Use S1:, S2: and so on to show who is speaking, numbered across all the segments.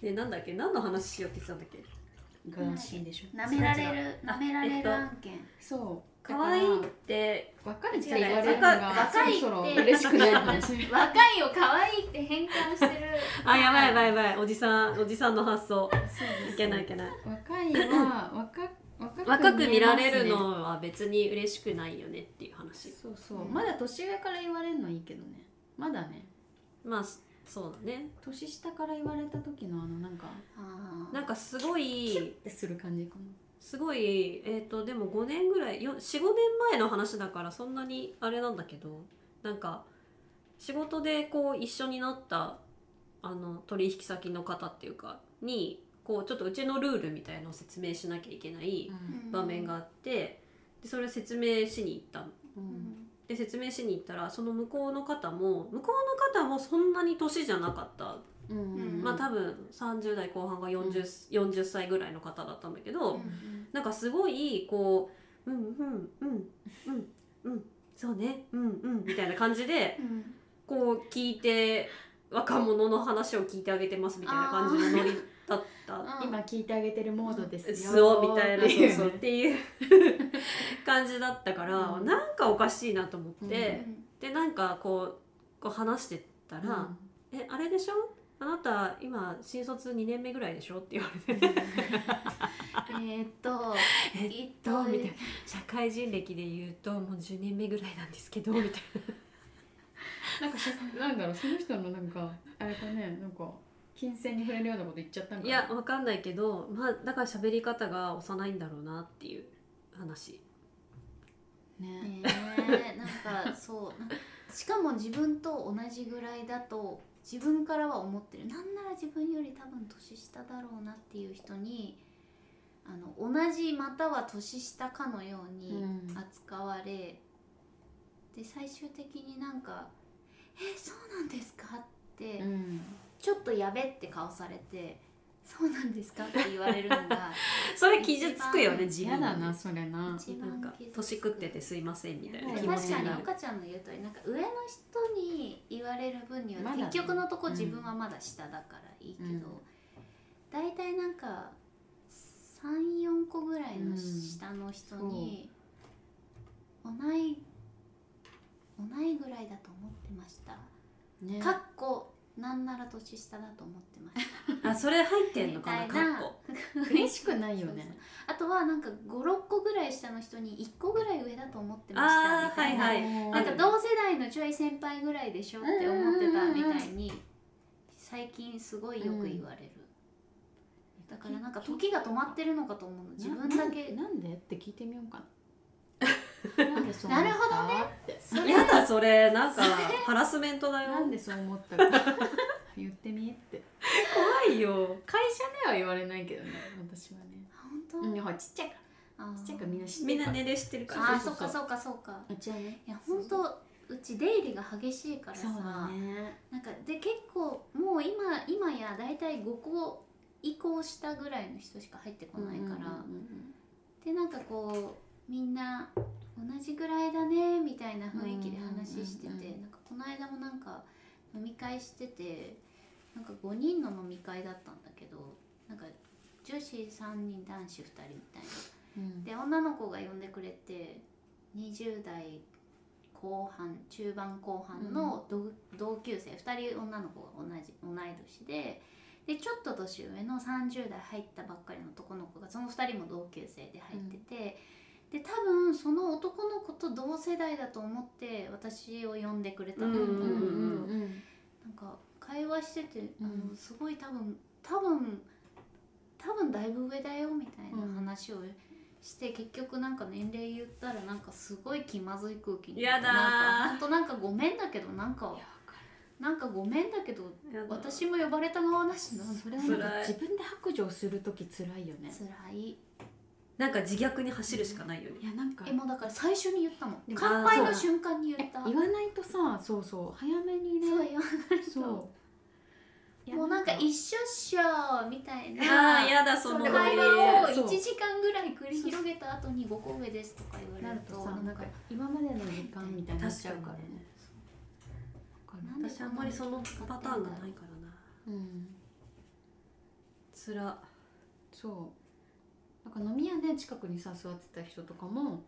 S1: でなんだっけ何の話しようって言ってたんだっけ
S2: がらしいんでしょ
S3: 舐められる舐めら
S1: え
S3: れ
S1: っと
S3: る案件
S2: そう
S1: 可愛いって
S2: 若いって
S1: 違う
S2: 言われるのがそ
S3: 若
S2: ろ
S3: い
S2: そろ
S3: って
S2: 嬉しくない話
S3: 若いを可愛いって変換してる
S1: あやばいやばいやばいおじさんおじさんの発想いけないいけない
S2: 若いは若若
S1: 若く見られ
S2: 見えま
S1: る
S2: すね
S1: のは別に嬉しくないよねっていう話
S2: そうそう、
S3: うん
S2: まだ年上から言われるのはいいけどねまだね
S1: まあそそうだね
S2: 年下から言われた時のあのなんか
S3: あー
S1: なんかすごい
S2: ってする感じかな
S1: すごいえっ、とでも5年ぐらい45年前の話だからそんなにあれなんだけどなんか仕事でこう一緒になったあの取引先の方っていうかにこうちょっとうちのルールみたいのを説明しなきゃいけない場面があってでそれを説明しに行ったの。
S2: う
S3: うんん
S1: で説明しに行ったらその向こうの方も向こうの方もそんなに年じゃなかった、
S2: うんうん
S1: まあ多分30代後半が 40,、40歳ぐらいの方だったんだけど、
S3: うん
S1: なんかすごいこう「うんうんうんうんうんそうねうんうん」みたいな感じで
S3: うん
S1: こう聞いて若者の話を聞いてあげてますみたいな感じのノリだった
S3: うん
S2: 今聞いてあげてるモードですよ
S1: そうみたいな
S2: っていう
S1: そうそうっていう感じだったから、
S2: うん
S1: なんかおかしいなと思って、
S2: うん
S1: でなんかこうこう話してた
S2: うん
S1: ら「えあれでしょあなた今新卒2年目ぐらいでしょ?」って言われて
S3: えーっと
S1: 「え
S3: えっ
S1: どう?」みたいな
S3: な
S1: 社会人歴で言うともう10年目ぐらいなんですけどみたい
S2: なんかしなんだろうその人のなんかあれかねなんか金銭に触れるようなこと言っちゃったん
S1: な
S2: か
S1: いやわかんないけどまあだから喋り方が幼いんだろうなっていう話
S2: ね
S3: ねえなんかそうなんかしかも自分と同じぐらいだと自分からは思ってるなんなら自分より多分年下だろうなっていう人にあの同じまたは年下かのように
S2: うん
S3: 扱われ、で最終的になんか「えそうなんですか?」って、
S2: うん
S3: ちょっとやべって顔されて「そうなんですか?」って言われる のが
S1: それ傷つくよね自分
S2: 嫌だなそれな
S3: 一
S1: なん
S3: 番
S1: か
S3: 傷つく
S1: 年食っててすいませんみたいな気持
S3: 確
S1: ち
S3: か
S1: に
S3: に
S1: なる
S3: 岡ちゃんの言うとりなんか上の人に言われる分には
S2: まだね
S3: 結局のとこ
S2: うん
S3: 自分はまだ下だからいいけ
S2: うん
S3: ど大体、なんか34個ぐらいの下の人に、同い同いぐらいだと思ってました、
S2: ね
S3: かっこなんなら年下だと思ってまし
S1: あそれ入ってんの
S3: たみ
S1: か
S3: た
S1: ないかっ
S3: な
S1: こ
S2: 嬉しくないよ
S3: そうそう
S2: ね
S3: あとはなんか56個ぐらい下の人に1個ぐらい上だと思ってました
S1: あ
S3: み
S1: ー
S3: たいな、
S1: はい
S3: な
S1: は
S3: ん
S1: い
S3: か同世代のちょい先輩ぐらいでしょって思ってたみたいに最近すごいよく言われる、だからなんか時が止まってるのかと思うの自分だけ
S2: なんでって聞いてみようかななんでそう
S3: なるほどね
S2: って
S3: そ れ
S1: やだそれなんかハラスメントだよ
S2: なんでそう思ったか言ってみって
S1: 怖いよ
S2: 会社では言われないけどね私はね
S3: 本当、
S2: うんほらちっちゃいか
S3: あー
S2: らちっちゃいからみんな知って
S1: みん
S2: るか
S1: な
S2: ら
S1: 寝れしてるから
S3: あー
S2: そ
S3: そうっ
S2: そうそう
S3: かそうかそうか
S2: うちはね
S3: いや本当うち出入りが激しいから
S2: そ
S3: さ
S2: うだね
S3: なんかで結構もう今今やだいたい5個移行したぐらいの人しか入ってこないから、でなんかこうみんな同じぐらいだねみたいな雰囲気で話して
S2: う
S3: て、
S2: んうんうんうん
S3: なんかこの間もなんか飲み会しててなんか5人の飲み会だったんだけどなんか女子3人男子2人みたい
S2: うん
S3: なで女の子が呼んでくれて20代後半中盤後半の同,、同級生2人女の子が同じ同い年で。でちょっと年上の30代入ったばっかりの男の子がその2人も同級生で入ってて、で多分その男の子と同世代だと思って私を呼んでくれたんだと思う
S2: うんん
S3: だ
S2: う
S3: けど、
S2: んうん
S3: なんか会話してて、あ
S2: う
S3: の
S2: ん
S3: すごい多分多分多分だいぶ上だよみたいな話をして、結局なんか年齢言ったらなんかすごい気まずい空気に
S1: やだー
S3: なんか本当なんかごめんだけどなん
S2: い
S3: か
S2: やわか
S3: なんかごめんだけど
S1: やだ
S3: 私も呼ばれた側だしな
S2: るそれは
S1: 辛い
S2: なんか自分で白状するとき辛いよね
S3: 辛い
S1: なんか自虐に走るしかないよね
S2: いやなんか
S3: えもうだから最初に言ったもん
S2: でも
S3: 乾杯
S1: あ
S3: の
S1: ー
S3: 瞬間に言った
S2: 言わないとさそうそう早めにね
S3: そうよ
S2: そう
S3: もうなんか
S2: い
S3: 一緒っしょみたいな
S1: あーやだそ
S3: そ
S1: の
S3: の
S1: ノ
S2: れ
S1: リ
S3: 会
S2: は
S3: 話を
S2: そう
S3: 1時間ぐらい繰り広げた後に5個目ですとか言わ
S2: な
S3: れ
S2: る
S3: ると
S2: とさ
S3: な
S2: なん
S3: ん
S2: か
S3: か
S2: 今までの時間みたいになっちゃうからねわかる
S3: なんで
S1: 私あんまりそのパターンがないからな
S2: うん
S1: つら
S2: そうなんか飲み屋で近くにさ座ってた人とかも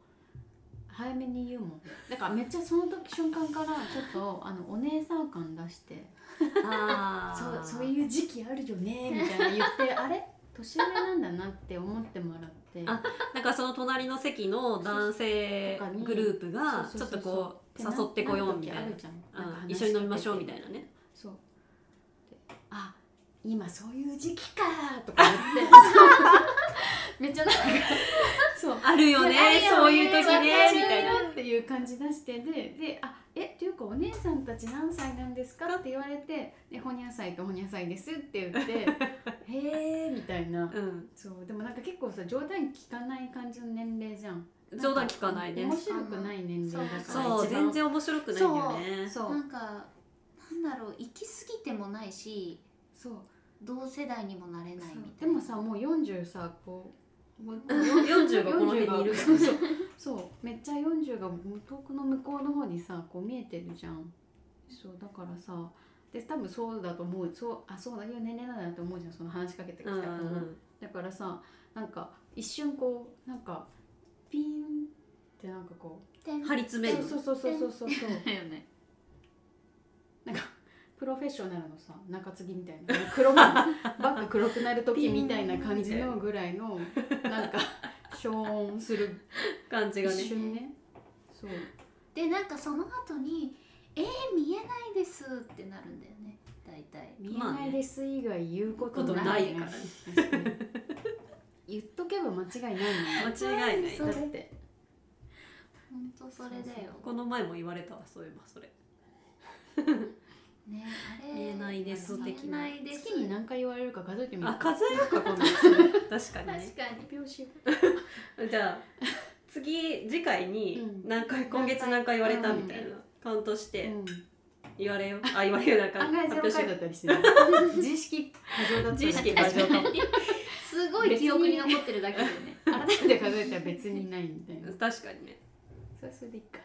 S2: 早めに言うもんだからめっちゃその時瞬間からちょっとあのお姉さん感出して
S1: あ
S2: そうそういう時期あるよねみたいな言ってあれ年上なんだなって思ってもらって
S1: あなんかその隣の席の男性グループがち
S2: そ
S1: ょ
S2: う
S1: っと
S2: そうそう
S1: こう
S2: な
S1: 誘ってこようみたいな
S2: る時あるじゃんなんか
S1: うん
S2: 話
S1: 一緒に飲みましょう
S2: てて
S1: みたいなね
S2: そうであ今そういう時期かとか言 ってそうめっちゃなんかそう
S1: あるよね
S3: あるよね
S1: そういう時ねみ
S3: わかる
S1: たいな
S2: っていう感じ出してでで「あえっていうかお姉さんたち何歳なんですか?」って言われて「でほにゃさいとほにゃさいです」って言って 「へえ」みたいな
S1: うん
S2: そうでもなんか結構さ冗談聞かない感じの年齢じゃん
S1: 冗談聞かないね
S2: ん面白くない年齢だから
S1: そう
S2: 一
S1: 全
S2: 番
S1: 然面白くないんだよね
S2: そう
S3: なんかなんだろう行き過ぎてもないし
S2: そう
S3: 同世代にもなれないみたい
S2: そう
S3: な
S2: でもさもう40さこう もう
S1: 40がこの辺にいる
S2: そうそうそうめっちゃ40がもう遠くの向こうの方にさこう見えてるじゃんそうだからさで多分そうだと思うそうあそうだいう年齢なんだなって思うじゃんその話しかけてきた
S1: う
S2: 子
S1: ん
S2: も、
S1: うん
S2: だからさなんか一瞬こうなんかピーンってなんかこう
S3: てん
S1: 張り詰める
S2: そうそうそうそうそうそう
S3: だよね
S2: プロフェッショナルのさ中継ぎみたいな黒もバッが黒くなる時みたいな感じのぐらいのなんか消音する
S1: 感じ
S2: 一
S1: がね
S2: 瞬ねそう
S3: でなんかその後に「えー、見えないです」ってなるんだよね大体
S2: 見えないです以外言うこと
S3: こと
S2: な
S3: ない
S1: い
S2: ね
S1: からね
S2: 確かに言っとけば間違いないもんね
S1: 間違いない
S2: だって
S3: ほんとそれだよ
S1: この前も言われたわそういえばそれ
S3: ねあれ
S1: 見えないです
S2: 的
S1: な
S3: 見えないです
S2: 月に何回言われるか数えてみる
S1: あ数えようか今度確かにね
S3: 確かに
S2: 発表しよ
S1: じゃあ次次回に
S2: うん
S1: 何回今月何回言われたみたいなカウントし
S2: う、う
S1: て
S2: ん、
S1: 言われよあ言われよなんか
S2: 案外ゼロ
S1: 発
S2: 回
S1: 表
S2: だ
S1: し
S2: ったりしてね自意識過剰だったり
S1: 自意識過剰
S2: 確かに
S3: すごい記憶に残ってるだけだよね
S2: 改めて数えたら別にないみたいな
S1: 確かにね
S2: そうそれでいいか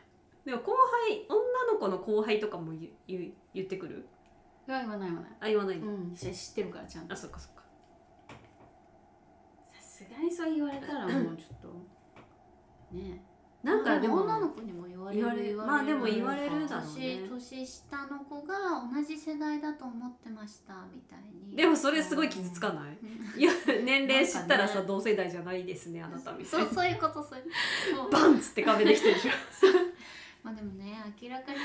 S1: でも後輩女の子の後輩とかも言う言う言ってくる
S2: 言わない言わない
S1: あ言わないんだ、
S2: うん知ってるからちゃんと
S1: あ
S2: さ
S1: そっかそっか
S2: すがにそう言われたらもうちょっとね
S1: なんかでも
S3: 女の子にも言われ
S1: 言
S3: る
S1: われるまあでも言われるだろうね
S3: 年年下の子が同じ世代だと思ってましたみたいに
S1: でもそれすごい傷つかないいや年齢知ったらさ、
S2: なんかね
S1: 同世代じゃないですねあなたみたい
S3: そ
S1: な
S3: うそういうことそういうこ とそ
S1: バ
S3: う
S1: ンっつって壁できてるでしょ
S3: まあでもね明らかにね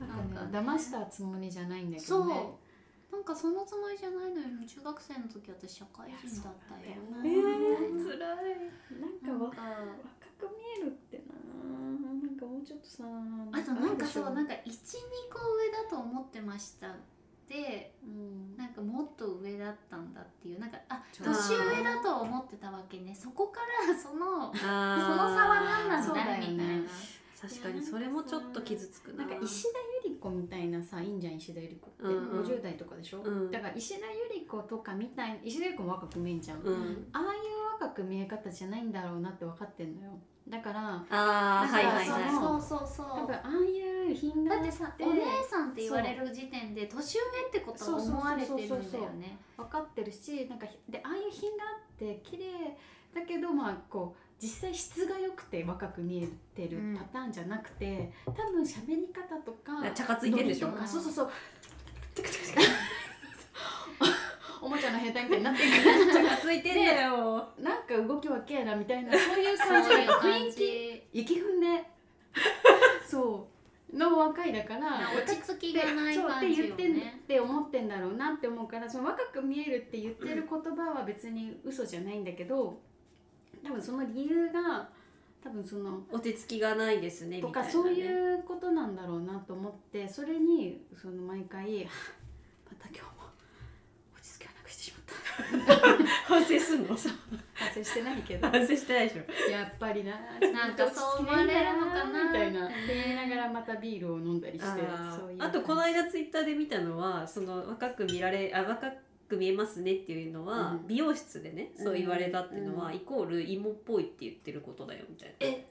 S2: な
S3: なんか
S2: んかね騙したつもりじゃないんだけ
S3: そう
S2: どね
S3: なんかそんなつもりじゃないのよ中学生の時私社会人だったよ
S2: いやそうなん
S1: え
S2: だ
S1: え
S2: よ
S3: み
S1: ー、辛い
S2: な
S3: なんん
S2: かわ
S3: か
S2: 若く見えるってななんかもうちょっとさ
S3: あとなんかそうなん
S2: か
S3: か12個上だと思ってましたで
S2: うん
S3: なんかもっと上だったんだっていうなんかあ
S2: ちょっと
S3: 年上だと思ってたわけねそこからそ
S1: そ
S3: の
S1: の差
S3: その差は何なん
S2: そうだ
S3: だ
S2: よね
S3: みたいな
S1: 確かにそれもちょっと傷つくな
S2: なんか石田ゆり子みたいなさいいんじゃん石田ゆり子って、
S1: うんうん
S2: 50代とかでしょ、
S1: うん
S2: だから石田ゆり子とかみたい石田ゆり子も若く見えんじゃん、
S1: う
S2: あ
S1: ん
S2: あいう若く見え方じゃないんだろうなって分かってんのよだから
S1: ああはいはい
S2: なんか
S1: は
S3: そうそうそう
S2: 多
S3: そう
S2: 分ああいう品
S3: だ
S2: があ
S3: ってさお姉さんって言われる時点で年上ってことを思われてるんだ
S2: そうそうそう
S3: よ
S2: そう
S3: ね
S2: 分かってるしなんかでああいう品があって綺麗だけどまあこう実際質が良くて若く見えてる
S3: うん
S2: パターンじゃなくて、多分喋り方とか
S1: いちゃかついてるでしょ
S2: ノリとかそうそうそうチクチクチクおもちゃの兵隊みたいになってるから
S1: ちゃかついてんだよ
S2: なんか動きわけやなみたいなそういう
S3: そう
S2: 感じ
S3: い う
S2: 雰
S3: 感
S2: 囲気
S3: じ
S2: 雪踏んでそうの若いだから
S3: 落ち着きがない
S2: そうっ
S3: 感
S2: て
S3: じ
S2: 言
S3: よ
S2: ってんっ
S3: ね
S2: て思ってんだろうなって思うからその若く見えるって言ってる言葉は別に嘘じゃないんだけど多分その理由が多分その
S1: 落ち着きがないですねみた
S2: と
S1: いな、
S2: か
S1: ね、
S2: そういうことなんだろうなと思ってそれにその毎回「また今日も落ち着きをなくしてしまった
S1: 反省すんの」
S2: 反省してないけど
S1: 反省してないでしょ
S2: やっぱりな
S3: なんかそう思われるのかな
S2: みたいな
S3: って
S2: って言いながらまたビールを飲んだりして
S1: あ
S2: そういう
S1: ーあとこの間ツイッターで見たのはその若く見られあ若く見えますねっていうのは、
S2: うん
S1: 美容室でねそう言われたっていうのは、
S2: う
S1: イコール芋っぽいって言ってることだよみたいな
S2: え
S1: っ
S3: っ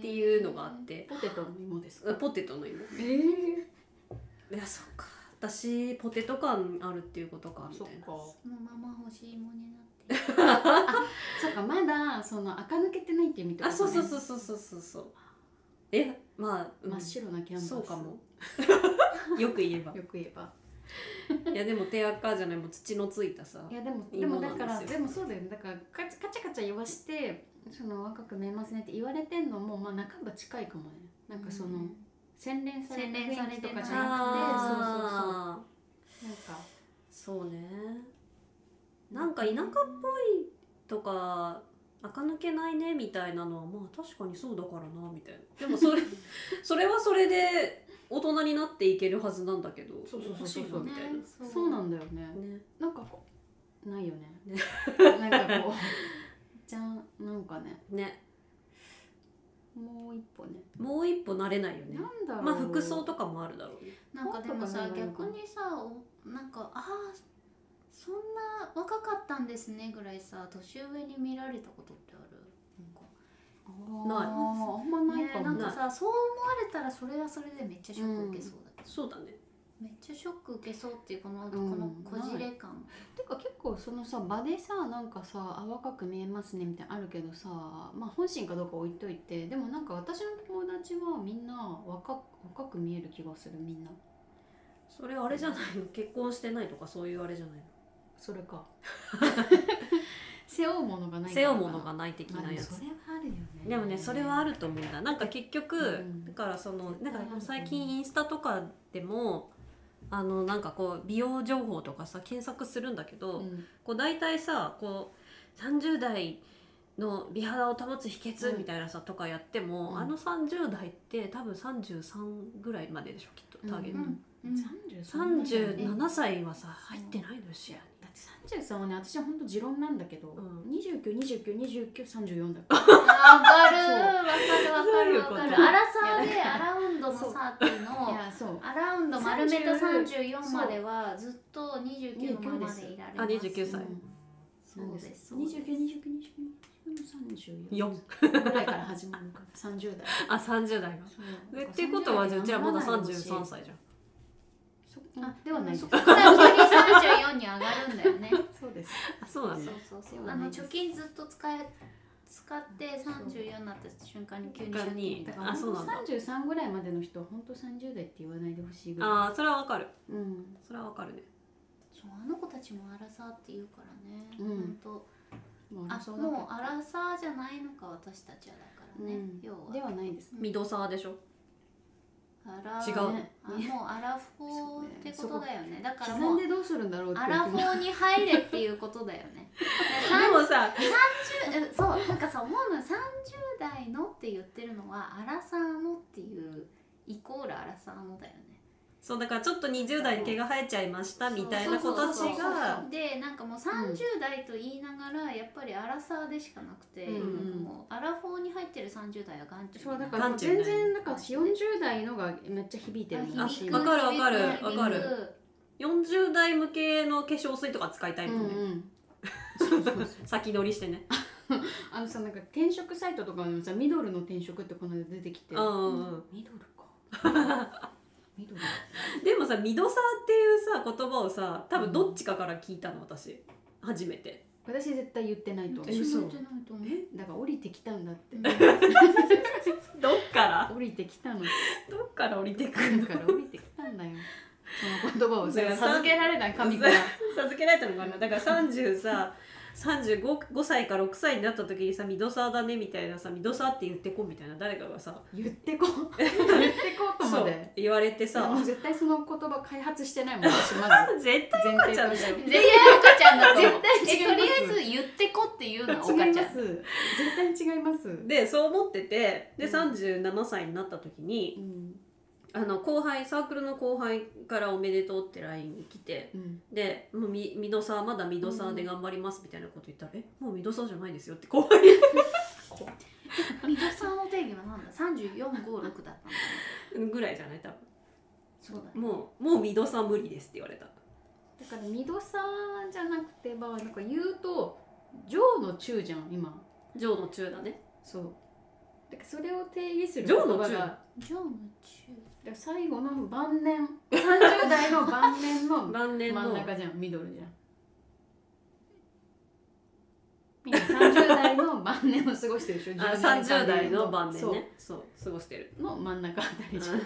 S3: て
S1: いうのがあって
S2: ポテトの芋ですか
S1: ポテトの芋
S2: えー
S1: いやそっか私ポテト感あるっていうことかみた
S2: そっ
S1: いな
S2: か
S3: のまま欲しいものになってる
S2: そっかまだその垢抜けてないって意味ってこ
S1: あ
S2: と
S1: そう
S2: ね
S1: そうそうそうそうそうそうえまあ、うん
S2: 真っ白なキャンバス
S1: そうかも よく言えば
S2: よく言えば
S1: いやでも手垢じゃないもう土のついたさ
S2: いやでも
S1: い
S2: で
S1: いも
S2: も
S1: の
S2: だ
S1: なんですよ
S2: からでもそうだよねだからカチカチャカチャ言わしてその若く見えますねって言われてんのもまあ半ば近いかもねなんかその、洗練され
S3: 洗練され
S2: て
S3: て
S2: と
S3: ない
S2: かじゃな
S1: あー
S2: くてそうそうそ
S1: そう
S2: うなんか
S1: ねなんか田舎っぽいとか垢抜けないねみたいなのはまあ確かにそうだからなみたいなでも それそれはそれで大人になっていけるはずなんだけど
S2: そうそうそう
S1: 欲しい
S2: そ
S1: な
S2: う
S1: みたいな、
S3: ね
S2: そうなんだよね
S1: ね、
S2: なんかこうないよね
S1: ね
S2: なんか こうじゃんなんかね
S1: ね
S2: もう一歩ね
S1: もう一歩慣れないよね
S2: なんだろう
S1: まあ服装とかもあるだろうね
S3: なんかでもさ
S2: なんかなんか
S3: 逆にさおなんかああそんな若かったんですねぐらいさ年上に見られたことってあるなんか
S1: ない
S2: あーあんまない
S3: ね
S2: かも
S3: なんかさそう思われたらそれはそれでめっちゃショック受けそうだけど、
S1: そうだね
S3: めっちゃショック受けそうっていうこの、
S2: ん
S3: このこじれ感
S2: てか結構そのさ場でさなんかさあ若く見えますねみたいなのあるけどさまあ本心かどうか置いといてでもなんか私の友達はみんな若く若く見える気がするみんな
S1: それあれじゃないの結婚してないとかそういうあれじゃないの
S2: それか背負うものがないか
S1: 背
S2: らか
S1: 負うものがない的
S2: まあ
S1: な
S2: でも
S1: や
S2: そ
S1: つ
S2: れはあるよね
S1: でもねそれはあると思うんだなんか結局、
S2: うん
S1: だからそのなんか
S2: 絶対ある
S1: 最近インスタとかでもあのなんかこう美容情報とかさ検索するんだけど、
S2: うん
S1: こう大体さこう30代の美肌を保つ秘訣みたいなさ、とかやっても、
S2: うん
S1: あの30代って多分33ぐらいまででしょきっとターゲット、
S3: うん、うん
S2: 33だよね
S1: 37歳はさ入ってないのよ視野に。
S2: だって33はね私は本当持論なんだけど、
S1: ん
S2: 29292934だから
S3: あ
S1: どう
S3: ーわかるわかるわかるわか
S1: いうこ
S3: る
S1: と
S3: アラサーでアラウンドのさっていうのを
S2: いやそう
S3: アラウンド丸めた
S2: 30
S3: 34まではずっと29のままでいられます
S1: あ29歳
S3: そうですそう
S2: 二
S3: で
S2: 十
S3: す
S2: 九、二十九、二十九、三十
S1: 四
S2: ぐらいから始まるから、三十代。
S1: あ30代が。えってことはじゃあうちらまだ33。歳じゃん。
S2: あ
S3: あ、
S2: ではないです
S3: そ。こから急に34に上がるんだよね
S2: そうです。
S1: あそうな
S3: そうん
S1: だ。
S3: そうそ
S2: で
S3: う
S2: は
S3: あ
S2: な
S3: の
S2: いです
S3: 貯金ずっと使え使って34になった瞬間に急に借金みたいな
S1: あそうなんだ
S2: 三十三ぐらいまでの人は本当三十代って言わないでほしいぐら
S1: ああそれはわかる。
S2: い。うん。
S1: それはわかるね。
S3: そうあの子たちもアラサーって言うからね、
S2: うん
S3: ほんと
S2: も
S3: あ
S2: 争
S3: も
S2: う
S3: うアラサーじゃないのか私たちはだからね、
S2: うん
S3: 要は
S2: ではないです。
S1: ミドサーでしょ。
S3: アラ
S1: 違う
S2: ね
S3: あもうアラフォーってことだよねだから
S2: 刻
S3: も
S2: ん
S3: う
S2: でどうするんだろうってい
S3: ア
S2: う
S3: ラ
S2: 気
S3: フ
S2: も。
S3: ォーに入れっていうことだよね
S1: でもさ、
S3: 30えそうなんかさ思うのよ30代のって言ってるのはアラサーのっていうイコールアラサーのだよね
S1: そうだからちょっと20代に毛が生えちゃいましたみたいな子た
S3: そうそう
S1: ち
S3: そう
S1: が
S3: そうでなんかもう30代と言いながら、やっぱりアラサーでしかなくて、
S2: うんうん
S3: なんかもうアラフォーに入ってる30代は眼中
S2: そうだ
S1: な
S2: から
S1: んか
S2: もう
S1: ちゅうね
S2: 全然なんか四十代のがめっちゃ響いてる
S1: あ
S2: らしい
S1: わかるわかるわかる
S3: る
S1: 40代向けの化粧水とか使いたいもんね。
S2: うん うん。そうそうそう。
S1: 先取りしてね。
S2: あのさなんか転職サイトとかのさミドルの転職ってこの間出てきて
S1: うんうんうん。
S2: ミドルかミドル
S1: でもさミドサーっていうさ言葉をさ多分どっちかから聞いたの私初めて。
S2: 私絶対言ってないと思
S1: え
S2: う
S1: 嘘
S3: 私も言ってないと思う
S1: え
S2: だから降りてきたんだって
S1: どっから
S2: 降りてきたの
S1: どっから降りてくる
S2: 神
S1: の
S2: から降りてきたんだよその言葉をそれ
S1: だ
S2: は
S1: からさ
S2: 授けられない神から
S1: 授けられたのかなだから30さ35歳か6歳になった時にさ「ミドサーだね」みたいなさ「ミドサーって言ってこ」みたいな誰かがさ
S2: 言ってこ う言ってこうと
S1: そ
S2: ま
S1: う
S2: で
S1: 言われて
S2: で
S1: さ
S2: も絶対その言葉開発してないもん私ま ず
S1: 絶対
S2: 前
S1: 赤
S2: 提
S1: ちゃん
S2: と
S1: だ
S2: して
S1: よ
S3: 絶対赤ちゃんだと思
S2: 絶
S3: う
S2: 対違います
S3: えとりあえず言ってこって 言うの赤ちゃ
S2: 違い
S3: ん
S2: ます絶対違います
S1: でそう思っててで
S2: うん
S1: 37歳になった時に
S2: うん
S1: あの後輩サークルの後輩から「おめでとう」って LINE に来て
S2: うん
S1: で「もうミミドサーまだミドサーで頑張ります」みたいなこと言ったら「えもうミドサーじゃないですよ」って後輩に
S3: ミドサーの定義はなんだ3456だったんだね
S1: ぐらいじゃない多分
S3: そう だね
S1: もう「もうミドサー無理です」って言われた
S2: だからミドさじゃなくてばなんか言うと上の中じゃん今
S1: 上の中だね
S2: そうだからそれを定義する
S1: 上の
S2: 言葉が
S1: 中
S2: だか
S3: ジョンの中
S2: ら最後の晩年30代の晩は
S1: 晩
S2: 真
S1: 年
S2: ん
S1: の
S2: 中じゃんミドルじゃんみんな30代の晩年を過ごしてるでしょ
S1: あ30代の晩年ねそう過ごしてる
S2: そうの真ん中あたりじゃん、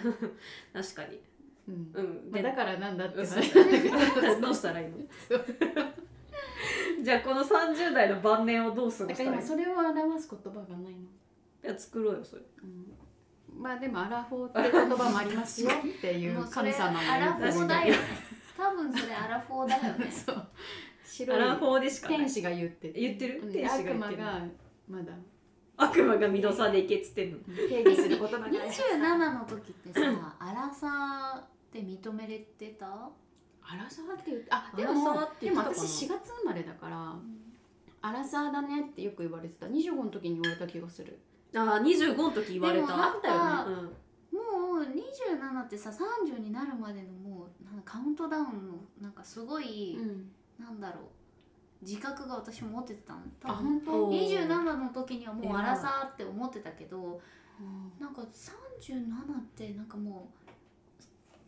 S1: 確かに
S2: うん
S1: うん
S2: まあ、
S1: で
S2: だからなんだって
S1: 嘘
S2: 話なんだけど
S1: どうしたらいいのじゃあこの30代の晩年をどう過ご
S2: だ
S1: し
S2: か
S1: た
S2: ら
S1: らいい
S2: 今
S1: の
S2: それを表す言葉がないの、
S1: いや作ろうよそれ
S2: うん、まあでもアラフォーって言葉もありますよっていう
S3: もうそれ
S2: 神様の
S3: アラフォーだよね多分それアラフォーだよね
S2: そう
S1: アラ
S2: 白い
S1: フォーでしかない
S2: 天使が言って
S1: 言ってる
S2: うん
S1: 天使が言ってる
S2: 悪魔がまだ
S1: 悪魔がミドサでいけっつってんの
S2: 定義する言葉がない
S3: 27の時ってさアラサーって認めれてた、
S2: アラサーって言ってあで
S1: アラサー
S2: も
S1: って言
S2: で
S1: ってた
S2: も
S1: かな
S2: 私4月生まれだからアラサーだねってよく言われてた25の時に言われた気がする
S1: ああ25の時言われ
S3: で
S1: た
S3: もなんか
S1: あったよね
S3: もう27ってさ30になるまでのもうなんかカウントダウンのなんかすごい、
S2: ん
S3: なんだろう自覚が私も持ってたの
S2: あ
S3: 多
S1: う
S2: 本
S3: 分
S1: ん
S2: 当
S3: 27の時にはもう
S1: 偉い
S3: アラサーって思ってたけどなんか37ってなんかもう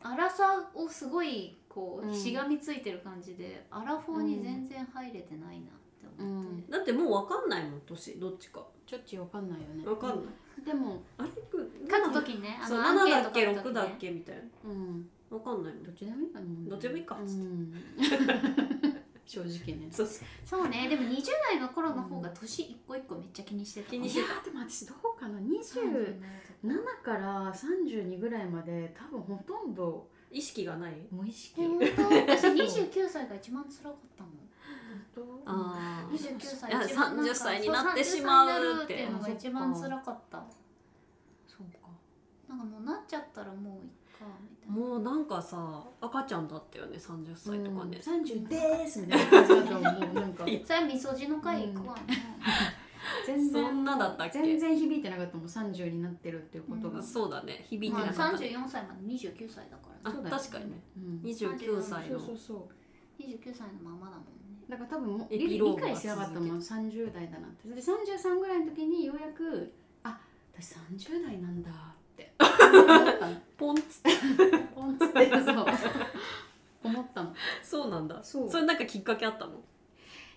S3: アラサーをすごいこ
S2: う
S3: うんしがみついてる感じで、アラフォーに全然入れてないなって思っ
S2: う
S3: て、
S2: ん
S1: だってもうわかんないもん年どっちか
S2: ちょっとわかんないよね
S1: わかんない
S2: でも
S1: あれ
S3: 書く時にねあ
S1: そう
S3: のアンケ
S1: 7
S3: ー
S1: だ
S3: ト
S1: っけ
S3: 書く時
S1: 6だっ
S3: ね
S1: けみたいな
S2: うん
S1: わかんないもん
S2: どっちでもいいかな
S1: どっちでもいいかっつっ
S2: う
S1: て
S2: ん 正直ね
S1: そうそう
S3: そうねでも20代の頃の方が年一個一個めっちゃ気にしてた
S1: 気にし
S2: いやーでも私どうかな27から32ぐらいまで多分ほとんど
S1: 意識がない
S2: 無意識
S3: え本当私29歳が一番辛かったもん
S2: あ
S1: あ
S3: 29歳
S1: いや
S3: 一番なんか
S1: 30歳になってしまうって
S3: そう30歳になるいうのが一番辛かった
S2: そうか
S3: なんかもうなっちゃったらもういっかみたいな
S1: もうなんかさ赤ちゃんだったよね30歳とかね、
S2: 三十でーすみたいな感じだと思うなんか
S3: それはみそじの会行くわね、
S2: 全然
S1: そんなだったっけ
S2: 全然響いてなかったもん三十になってるっていうことが、
S3: うん
S1: そうだね響いて
S3: まあ
S1: なかったね、
S3: 34歳まで29歳だから
S1: あ
S3: ね
S2: そうだよ
S1: 確かにね
S2: うん
S1: 29歳の
S2: そうそうそ
S3: 29歳のままだもんね
S2: うだから多分もう
S1: エ
S2: 理
S1: ピロー
S2: 理
S1: グが
S2: 解しなかったもん三十代だなってで三十三ぐらいの時にようやくあ私三十代なんだって
S1: ポンっつって
S2: ポンっつってそう思ったの
S1: そうなんだ
S2: そう
S1: それなんかきっかけあったの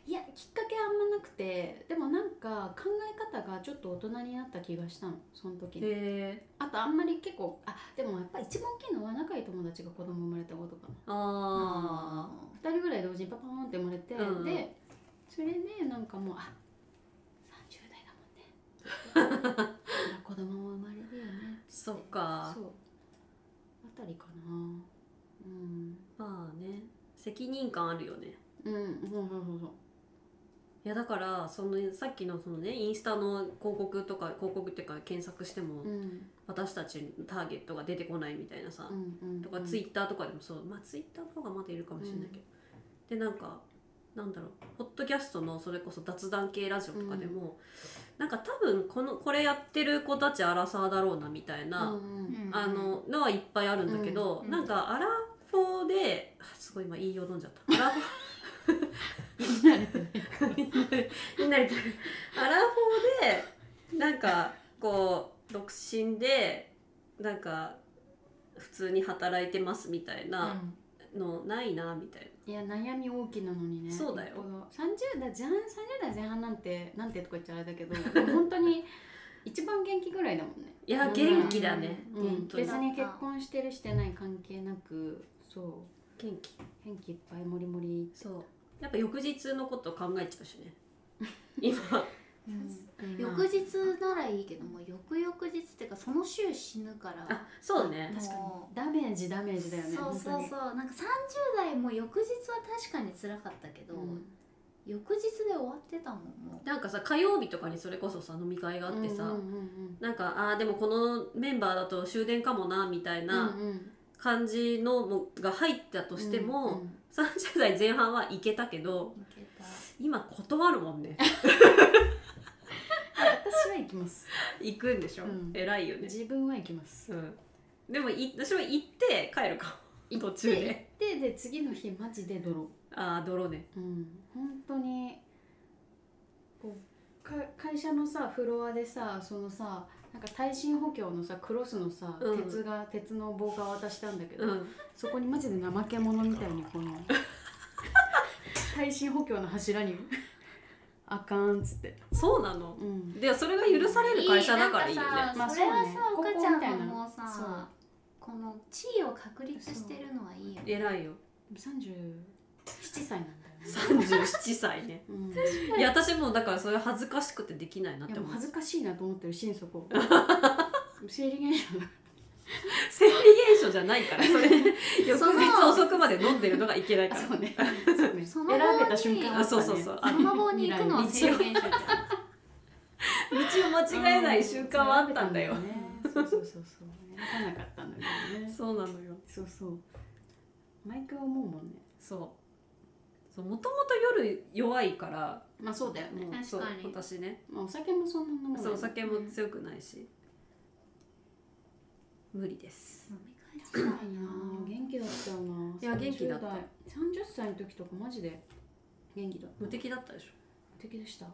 S2: いやきっかけあんまなくてでもなんか考え方がちょっと大人になった気がしたのその時に
S1: へえ
S2: あとあんまり結構あでもやっぱ一番大きいのは仲いい友達が子供生まれたことかな
S1: あ
S2: 2人ぐらい同時にパパーンって生まれて、
S1: うん
S2: でそれでなんかもうあ30代だもんねまだ子供も生まれるよね
S1: ーそっか
S2: そうあたりかなうん
S1: まあね責任感あるよね
S2: うんそうそうそうそう
S1: いやだからそのさっきのそのねインスタの広告とか広告っていうか検索しても、
S2: うん
S1: 私たちのターゲットが出てこないみたいなさ、
S2: うんうん
S1: とかツイッターとかでもそうまあツイッターの方がまだいるかもしれないけど、でなんかなんだろうポッドキャストのそれこそ雑談系ラジオとかでも、なんか多分このこれやってる子たちアラサーだろうなみたいな、
S2: うんうん
S3: ー
S1: あののはいっぱいあるんだけど、
S3: うん
S1: なんかアラフォーであすごい今言いよどんじゃ ったアラフォー
S2: 慣れてない
S1: みんなにアラフォーでなんかこう独身でなんか普通に働いてますみたいなのないなみたいな。
S2: いや悩み大きなのにね
S1: そうだよ
S2: この30代前半30代前半なんてなんてとか言っちゃあれだけど でも本当に一番元気ぐらいだもんね、
S1: いや元気だね、
S2: う
S1: 本
S2: ん、
S1: 当に
S2: 別に結婚してるしてない関係なくそ
S1: 元気
S2: う元気いっぱいもりもり、
S1: そうやっぱ翌日のこと考えちゃうし ね今
S3: うん
S2: うん
S3: 翌日ならいいけどもう翌々日っていうかその週死ぬから
S1: あそうね
S2: 確かに
S3: もう
S2: ダメージダメージだよね
S3: そうそ
S2: 本
S3: う
S2: 当に
S3: そうなんか30代も翌日は確かに辛かったけど、翌日で終わってたもんも
S1: なんかさ火曜日とかにそれこそさ飲み会があってさ、
S2: うんうん
S1: なんかあーでもこのメンバーだと終電かもなみたい
S2: うんうん
S1: な感じのもが入ったとしても、
S2: うん うん
S1: 30代前半はいけたけど
S3: ういけた
S1: 今断るもんね
S2: 私は行きます
S1: 行くんでしょ、
S2: うん
S1: 偉いよね、
S2: 自分は行きます
S1: うん、でもい私も行って帰るかも途中
S2: 行っ
S1: で
S2: てで次の日マジで泥
S1: ああ泥ね
S2: うん、本当にこうか会社のさフロアでさそのさなんか耐震補強のさクロスのさ、
S1: うん
S2: 鉄が鉄の棒が渡したんだけど、
S1: うん
S2: そこにマジで怠け者みたいにこ の耐震補強の柱にあかんっつって、
S1: そうなの
S2: うん、
S1: でそれが許される会社だからいいよね
S3: なんかさ
S2: まあ
S3: それは
S2: そう
S3: さ
S2: ね
S3: お母ちゃんももう
S2: ここみたいな
S3: さこの地位を確立してるのはいいよね
S1: 偉いよ
S2: 37歳なんだよね、
S1: 37歳ね
S2: うん、
S1: いや私もうだからそれ恥ずかしくてできないなっ
S2: い
S1: て
S2: やもう
S1: 思う
S2: 恥ずかしいなと思ってる 心底生理現象だ
S1: 生理現象じゃないからそれ翌日遅くまで飲んでるのがいけないか
S2: あ
S1: ら
S2: そ うねそうね
S3: そ
S2: 選
S3: の方に
S2: べた瞬間だったね
S1: あそうそうそうあ
S3: その棒に行くのは
S2: 未来
S3: 制
S2: に
S3: 限者じ
S1: 道を間違えない習慣はあったんだよ
S2: うそうそうそうそう選ばなかったんだけどね
S1: そうなのよ
S2: そうそう毎回思うもんね
S1: そうそうもともと夜弱いから
S2: まあそうだよね
S1: も、う
S3: 確
S1: そう
S3: かに
S1: 私ね
S2: まあ、お酒もそんな飲まない
S1: そうお酒も強くないし無理です
S3: ゃん
S2: な
S3: 飲み会
S2: いな
S3: 時代
S2: あ元気だったよない
S1: や元気だった
S2: 30代30歳の時とかマジで元気だった
S1: 無敵だったでしょ
S2: 無敵でした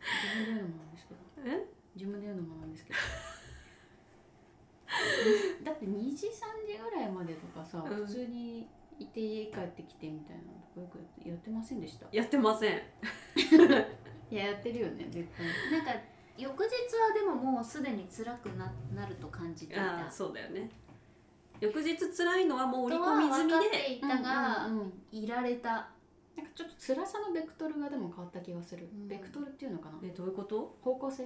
S2: 自分で言うのもなんですけど
S1: え
S2: 自分で言うのもなんですけどだって2時3時ぐらいまでとかさ、
S1: うん
S2: 普通にいて家帰ってきてみたいなのよくやってませんでした
S1: やってません
S2: いややってるよね絶対
S3: なんか翌日はでももうすでに辛くななると感じてい
S1: あ
S3: た
S1: あそうだよね翌日辛いのはもう織
S3: と
S1: り
S3: は
S1: 込み済
S3: 分
S1: み
S3: かっ
S1: で
S3: ていたが、
S2: うんうんうん
S3: いられた
S2: なんかちょっと辛さのベクトルがでも変わった気がする、
S3: うん
S2: ベクトルっていうのかな
S1: えどういうこと
S2: 方向性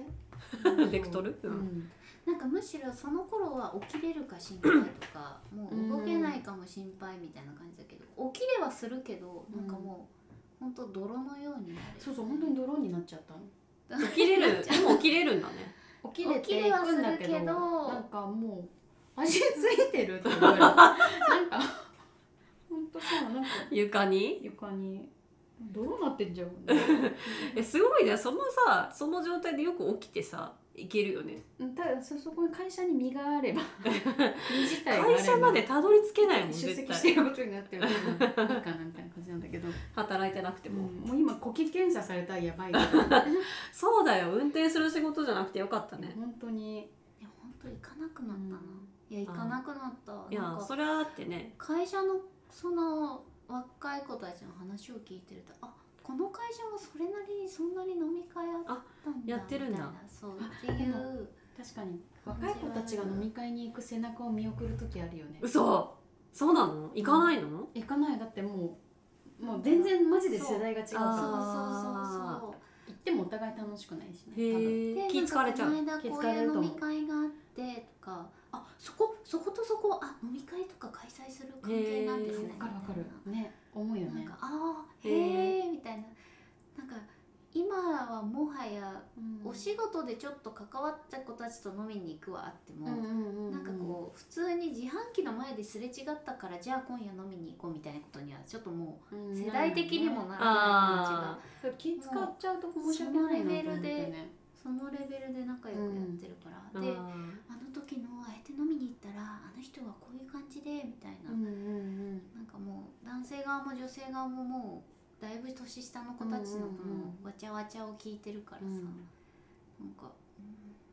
S1: ベクトル
S2: う
S1: うん
S2: ん
S3: なんかむしろその頃は起きれるか心配とかもう動けないかも心配みたいな感じだけど起きれはするけどなんかもう本当泥のようになる
S2: そうそう本当にドローンになっちゃったの
S1: 起きれるでも起きれるんだね
S2: 起きれていくんだけど
S3: 起きれはするけど
S2: なんかもう足ついてるって言 われてなんか本当さなんか
S1: 床に
S2: 床にどうなってんじゃん、ね、
S1: えすごいねそのさその状態でよく起きてさいけるよね
S2: うんただそそこに会社に身があれば身自体があれば
S1: 会社までたどり着けないもん
S2: 出
S1: 絶
S2: 席して
S1: 対
S2: ることになってるからいいかなみたいな感じなんだけど、
S1: 働いてなくて
S2: で
S1: も、
S2: ももう今呼吸検査されたらやばいから
S1: そうだよ運転する仕事じゃなくてよかったね、
S2: 本当に
S3: いや本当行かなくなったな、いや行
S1: あー
S3: かなくなった
S1: い
S3: な
S1: や
S3: んか
S1: それはあってね
S3: 会社のその若い子たちの話を聞いてるとあこの会社もそれなりにそんなに飲み会あったんだ
S1: あやってるんだ
S3: みたいなそうっていう
S2: 確かに若い子たちが飲み会に行く背中を見送る時あるよね
S1: 嘘そうなの行かないの、
S2: 行かないだってもうもう全然マジで世代が違うか
S3: そ
S2: ら
S3: うそう
S1: あ
S3: そうそう
S2: 行ってもお互い楽しくないしね
S1: へえ
S3: で
S1: 気
S3: なん
S1: 疲れちゃう
S3: この間こういう飲み会があってとかあそこそことそこあ飲み会とか開催する関係なんですね
S1: へー
S2: 分かるわかるね思うよ
S3: みたい
S2: ね
S3: ななんかあー
S1: へー
S3: へえみたいななんか今はもはや
S2: うん
S3: お仕事でちょっと関わった子たちと飲みに行くはあって
S2: うんう
S3: も、
S2: んうんうん
S3: なんかこう普通に自販機の前ですれ違ったからじゃあ今夜飲みに行こうみたいなことにはちょっとも
S2: う
S3: うん世代的にもならない感じが
S1: あ
S2: そう気使っちゃうと申し訳ないなと思ってね
S3: そのレベルで仲良くやってるから、
S1: ーあ
S3: で
S1: ー
S3: あの時のあえて飲みに行ったらあの人はこういう感じでみたいな、
S2: うんうん
S3: なんかもう男性側も女性側ももうだいぶ年下の子たちの
S2: うんうん
S3: もうわちゃわちゃを聞いてるからさ、
S2: うん
S3: なんか、うん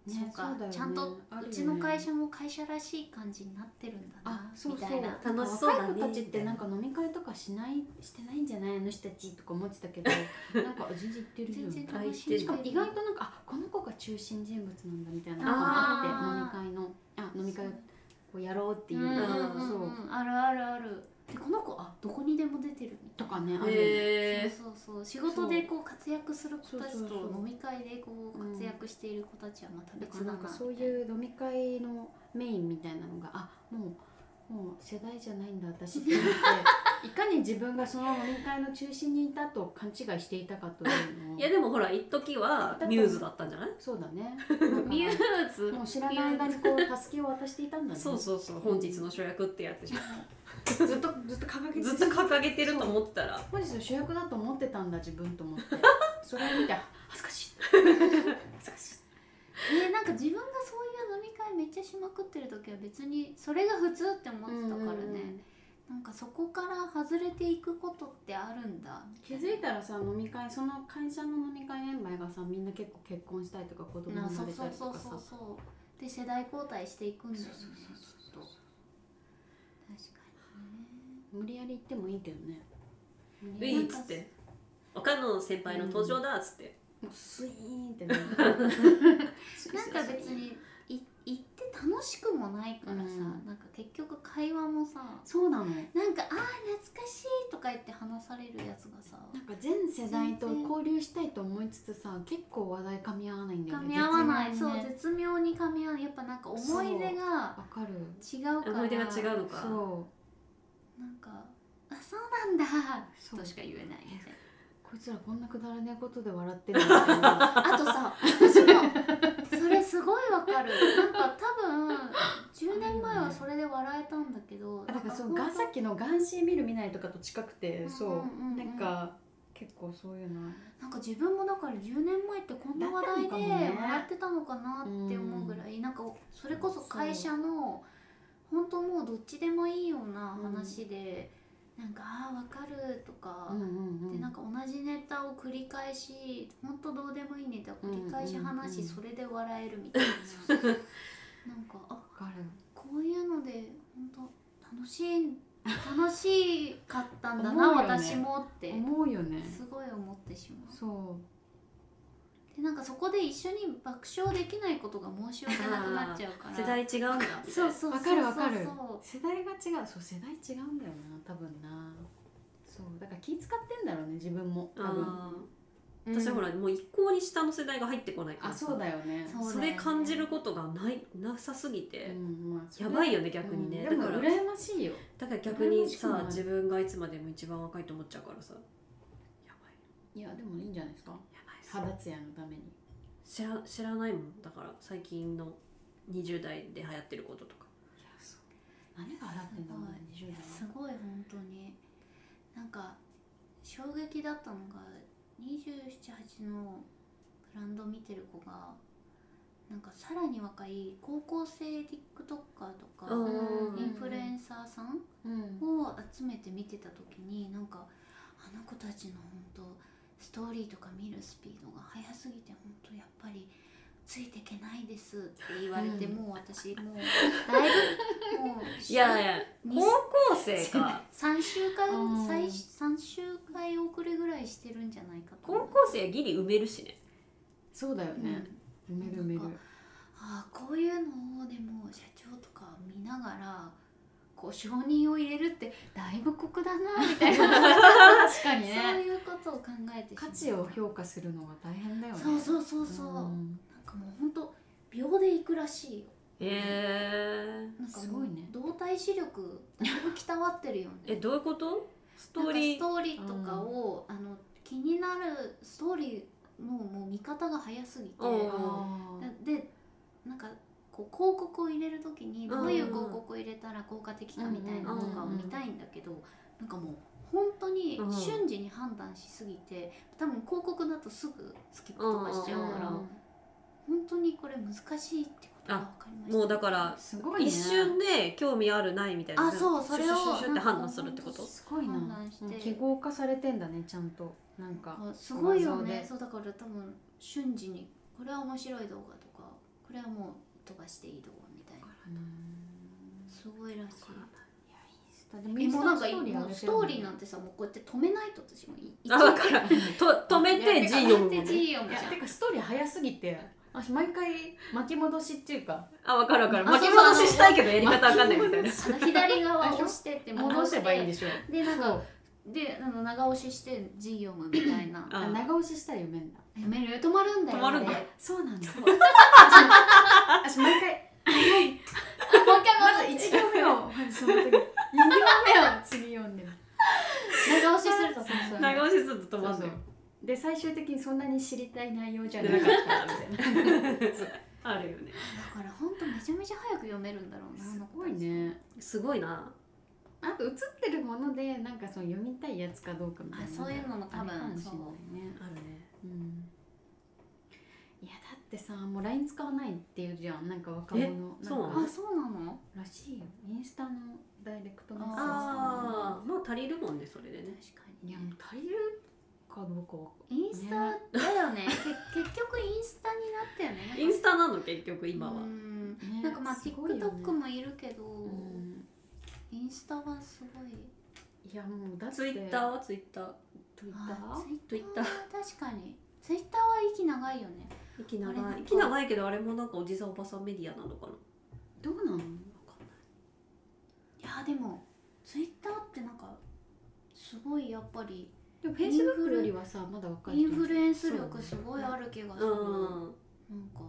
S2: ね
S3: そうか
S2: そうだよね
S3: ちゃんと
S2: あるよね
S3: うちの会社も会社らしい感じになってるんだ
S2: あ
S3: な
S2: そう
S3: み
S2: そ
S3: た
S2: う
S3: いな
S1: 楽しそうだね
S2: 若い子たちってなんか飲み会とかしないしてないんじゃないあの人たちとか思ってたけ どなんか全然行ってるよ
S3: 全然
S1: あ
S3: 楽しん
S1: 言
S3: で
S1: ってる
S2: しかも意外となんかあこの子が中心人物なんだみたいなのがあ
S3: あ
S2: っ
S3: ー
S2: て飲み会のあ飲み会をこうやろうっていうう、
S3: んうん
S1: う
S3: うん
S2: そう
S3: うんあるあるあるでこの子あどこにでも出てるみ
S2: と
S3: たいな
S2: かねあるよね
S1: へえ
S3: そうそうそう仕事でこう活躍する子
S2: そ
S3: たち
S2: うそう
S3: と
S2: そう
S3: 飲み会でこう活躍している子たちはまた
S2: だか
S3: 別
S2: ら
S3: だ
S2: な
S3: なん
S2: か
S3: みたいな
S2: そういう飲み会のメインみたいなのがあもうもう世代じゃないんだ私って思っていかに自分がその飲み会の中心にいたと勘違いしていたかというのを
S1: いやでもほら一時はミューズだったんじゃない
S2: そうだね
S3: ミュ
S2: だか
S3: ーズ
S2: らもう知らない間にこう助けを渡していたんだね
S1: そうそうそう本日の主役ってやつじゃん
S2: ずっとずっと掲げて
S1: ずっと掲げてると思ってたら
S2: 本日の主役だと思ってたんだ自分と 思ってそれを見て恥ずかしい恥ずかしい
S3: えーなんか自分がそういう飲み会めっちゃしまくってる時は別にそれが普通って思ってたからね、なんかそこから外外れていくことってあるんだ
S2: 気づいたらさ飲み会その会社の飲み会メンバーがさみんな結構結婚したりとか子供
S3: な
S2: 生
S3: そ
S2: ま
S3: う
S2: れ
S3: そ
S2: た
S3: う
S2: り
S3: そ
S2: と
S3: う
S2: か
S3: そ
S2: さ
S3: うそうで世代交代していくんだよねきっと確か
S2: 無理やり行ってもいいけどね
S3: に
S1: ウ
S3: ね
S1: ィーっつって岡野先輩の登場だっつって、
S2: もうスイーンってなる
S3: なんか別にい行って楽しくもないからさ、
S2: うん
S3: なんか結局会話もさ
S2: そうなの
S3: なんか「あー懐かしい」とか言って話されるやつがさ
S2: なんか全世代と交流したいと思いつつさ結構話題噛み合わないんだよ
S3: 噛
S2: ね
S3: み合わない、
S2: 絶
S3: そ
S2: 妙
S3: う
S2: にね
S3: 絶妙に噛み合わないやっぱなんか思い出が
S2: わかる
S3: 違うから
S1: 思い出が違うのか
S2: そ
S3: なんか「あそうなんだ」
S2: うそう
S3: としか言えないみたい
S2: こいつらこんなくだらねえことで笑ってるんだけど
S3: なあとさ私もそれすごいわかるなんか多分10年前はそれで笑えたんだけど
S2: あだからその
S3: な
S2: が
S3: ん
S2: さっきのガンシー見る見ないとかと近くて、そう,、
S3: うんうんうんうん
S2: なんか結構そういうの
S3: なんか自分もだから10年前ってこんな話題で笑ってたのかなって思うぐらいなんかそれこそ会社の本当もうどっちでもいいような話でなんか「ああわかる」とか
S2: うんうんうん
S3: でなんか同じネタを繰り返し本当どうでもいいネタを繰り返し話し
S2: うんうんうん
S3: それで笑えるみたい ななんかあ
S2: わかる
S3: こういうので本当楽しい 楽しかったんだな
S2: 思うよね
S3: 私もって
S2: 思うよね
S3: すごい思ってしまう。
S2: そ
S3: でなんかそこで一緒に爆笑できないことが申し訳なくなっちゃうか ら
S1: 世代違うんだ
S3: そうそうそうそうそう
S2: わかるわかるう世代が違うそう世代違うんだよな多分なそうだから気使ってんだろうね自分も多分
S1: あー私はほら、もう一向に下の世代が入ってこないから
S2: あ
S1: さ
S2: そうだよね
S3: そう
S1: それ感じることがないなさすぎて、
S2: んまあそれ
S1: やばいよね逆にね、
S2: うんでも
S1: だから
S2: 羨ましいよ
S1: だから逆に
S2: 羨ましくな
S1: さ
S2: い
S1: 自分がいつまでも一番若いと思っちゃうからさやばい
S2: いやでもいいんじゃないですか
S1: やばいっす
S2: 肌ツヤのために
S1: 知ら知らないもんだから最近の20代で流行ってることとか
S2: 何が洗ってんだろうね
S3: い
S2: 20
S3: や
S2: 代
S3: すごい本当になんか衝撃だったのが278のブランド見てる子がなんかさらに若い高校生 TikToker と
S1: う
S3: か
S1: ん
S3: インフルエンサーさん
S2: うん
S3: を集めて見てた時になんかあの子たちの本当ストーリーとか見るスピードが速すぎて本当やっぱりついてけないですって言われて、
S2: うん
S3: もう私もうだいぶもう
S1: いやいや
S3: に
S1: 高校生か
S3: 3週間
S2: うん
S3: 最三週間遅れぐらいしてるんじゃないかと
S1: 高
S3: 思う
S1: 校生ギリ埋めるしね
S2: そうだよ
S3: う
S2: ね
S3: ん
S2: 埋める埋める
S3: なん かああこういうのをでも社長とか見ながらこう承認を入れるってだいぶ酷だなみ たいな
S2: 確かに
S3: そう
S2: ね
S3: いうことを考えてしま
S2: 価
S3: う
S2: 値を評価するのが大変だよね
S3: そうそうそうそう、
S2: ん
S3: なんかもう本当秒でいくらしいよ
S1: へー
S3: なんかもう
S2: すごいね
S3: 動体視力だいぶきたわってるよね
S1: えどういうことスト
S3: なん
S1: ー
S3: か
S1: リ
S3: ス
S1: ー
S3: トーリーとかを、あの気になるストーリーのもう見方が早すぎて
S1: おー
S2: あー
S3: ででなんかこう広告を入れる時にどういう広告を入れたら効果的かみたいなのとかを見たいんだけど、なんかもう本当に
S1: うん
S3: 瞬時に判断しすぎて多分広告だとすぐスキップとかしちゃうから、
S2: うん
S3: 本当にこれ難しいってことが分かりました
S1: もうだから
S2: すごいね
S1: 一瞬で興味あるないみたいな
S3: あそうそれを
S1: シュシュシュシュって判断するってこと
S2: すごいな
S3: 判断して
S2: うん記号化されてんだねちゃんとなんか
S3: あすごいよ
S2: 画像
S3: ね
S2: で
S3: そうだから多分瞬時にこれは面白い動画とかこれはもう飛ばしていい動画みたいな
S2: うーん
S3: すごいらしい
S2: いやインスタでもイ
S3: え
S2: ンス
S3: もう
S2: タ
S3: な
S2: の
S3: んか
S2: 上げてる
S3: も
S2: も
S3: うん
S2: ね
S3: ストーリーなんてさもうこうやって止めないと私もい一
S1: あ分からんと止め
S2: い
S1: て
S2: や
S1: 字読む
S3: 止め
S1: もん
S3: て
S1: ね
S3: G
S2: い
S3: 読むじ
S2: や
S3: ゃん
S2: てかストーリー早すぎて私毎回巻き戻しっていうか
S1: あ分かる分かる
S3: あ
S1: 巻
S3: そう
S1: き
S3: そう
S1: 戻ししたいけどやり方分かんないみたいな
S3: あの左側を押してって戻
S2: 戻
S3: し
S2: せ
S3: て
S2: ばいいんでしょ
S3: でなんか
S2: そう
S3: であの長押しして字読むみたいな
S1: あ
S2: あ長押ししたら読めんだ
S3: やめる止まるんだよ
S1: 止まるんだ
S3: あれ
S2: そうなんだ 私毎 回
S3: あもう一
S2: ま
S3: 回
S2: ず一
S3: 戻し
S2: 行
S3: て
S2: 目をまずその時2行目を次読んでる
S3: 長押しするとそうそう
S1: 長押しすると止
S2: そ
S1: ま
S2: うんそ
S1: の
S2: う
S1: よ
S2: で最終的にそんなに知りたい内容じゃ
S1: で
S2: な
S1: な
S2: か
S1: か
S2: っ
S1: ったたみたいなあるよね
S3: だから本当めちゃめちゃ早く読めるんだろうな
S2: すごいね
S1: すごいな
S2: あと映ってるものでなんかその読みたいやつかどうかみたいな
S3: あそういうのも多分
S2: あれかもしれないね
S1: あるね
S2: うんいやだってさもう LINE 使わないっていうじゃんなんか若者
S1: え
S2: なんか
S1: そうな
S3: あそうなの
S2: らしいよインスタのダイレクトメッセージ使
S3: あ
S2: わ
S1: あ
S2: な
S1: ー
S2: い
S1: まあ足りるもんねそれでね
S3: 確か
S2: い
S3: に
S2: や
S3: ね
S2: もう足りるかどうかわか
S3: インスタだよねけ 結局インスタになったよねなんか
S1: インスタなの結局今は、
S3: うん
S2: んない
S3: なんかまあ
S2: すごいよね
S3: TikTok もいるけど、
S2: うん
S3: インスタはすごい
S2: いやもうだって
S1: ツイッターはツイッター
S2: ツイッタ
S3: あ
S2: ー
S3: ツイッタ
S1: Twitter
S3: ー確かにツイッターは息長いよね
S1: 息長
S3: あれなん
S1: い
S3: か
S1: 息長いけどあれもなんかおじさんおばさんメディアなのかな
S2: どうなの
S1: わかんない
S3: いやでもツイッターってなんかすごいやっぱり
S2: でもフェイスブックよりはさまだ若い
S3: イ
S2: 人
S3: ンフルエンス力すごいある気がする、
S1: うん
S3: なんか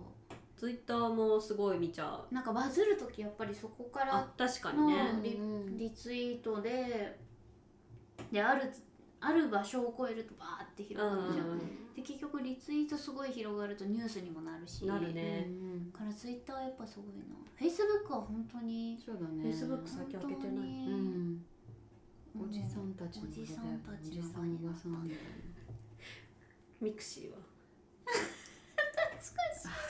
S1: ツイッターもすごい見ちゃう
S3: なんかバズる時やっぱりそこから
S1: あ確かにね、
S3: うん
S2: うんうん
S3: リツイートでであるある場所を超えるとバーって広がるじゃん、
S1: うん
S3: で結局リツイートすごい広がるとニュースにもなるし
S1: なるね
S2: うんうん
S3: だからツイッターはやっぱすごいなフェイスブックは本当に
S2: そうだね
S1: Facebook 最近開けてない
S3: 本当に
S2: うん
S3: う
S2: おじさんたちの
S3: おじさんた
S2: お
S3: ち
S2: じ
S3: の
S2: さ
S3: 場
S2: ん
S3: に
S2: おば
S3: なっ
S2: さ
S3: た
S2: んみ
S1: ミクシーは
S2: たいな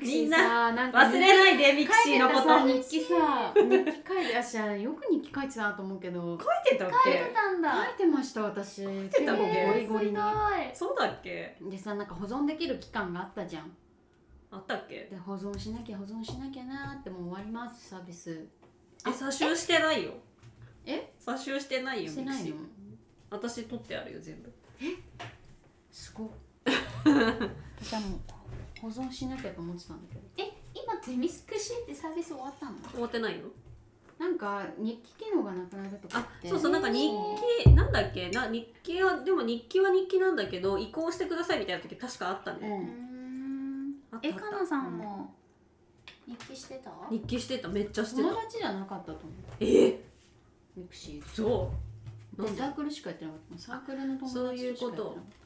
S1: みんな
S2: なん
S1: 忘れないでミクシーのこと書い
S2: 日記さ日記書いてあしゃよく日記書いてたなと思うけど
S1: てたっ
S3: 書いて
S1: け
S3: たん
S2: 書
S3: だ
S2: いてました私書い
S1: てたっけ
S2: ゴリゴリに
S3: えー
S1: そうだっけ
S2: でさなんか保存できる期間があったじゃん
S1: あったっけ
S2: で保存しなきゃ保存しなきゃなーってもう終わりますサービス
S1: え差集してないよ
S2: え
S1: 差集してないよ
S2: してないの
S1: ミクシー私取ってあるよ全部
S2: すごっ私はもう保存しなきゃと思ってたんだけど
S3: すごいえ今ってミスクシーってサービス終わったの
S1: 終わってないの
S2: なんか日記機能がなくなるとか
S1: あ
S2: って
S1: そうそうなんか日記なんだっけな日記はでも日記は日記なんだけど移行してくださいみたいな時確かあった
S2: う
S1: ね、
S3: うんん
S1: あったあ
S3: え
S1: った
S3: かなさんも日記してた
S1: 日記してためっちゃしてた
S2: 友達じゃなかったと思う
S1: えー、
S2: ミクシ
S1: そう
S2: ーでサークルしかやってなかったサークルの友達
S1: そういう
S2: し
S1: こ
S2: かやって
S1: と
S2: なかった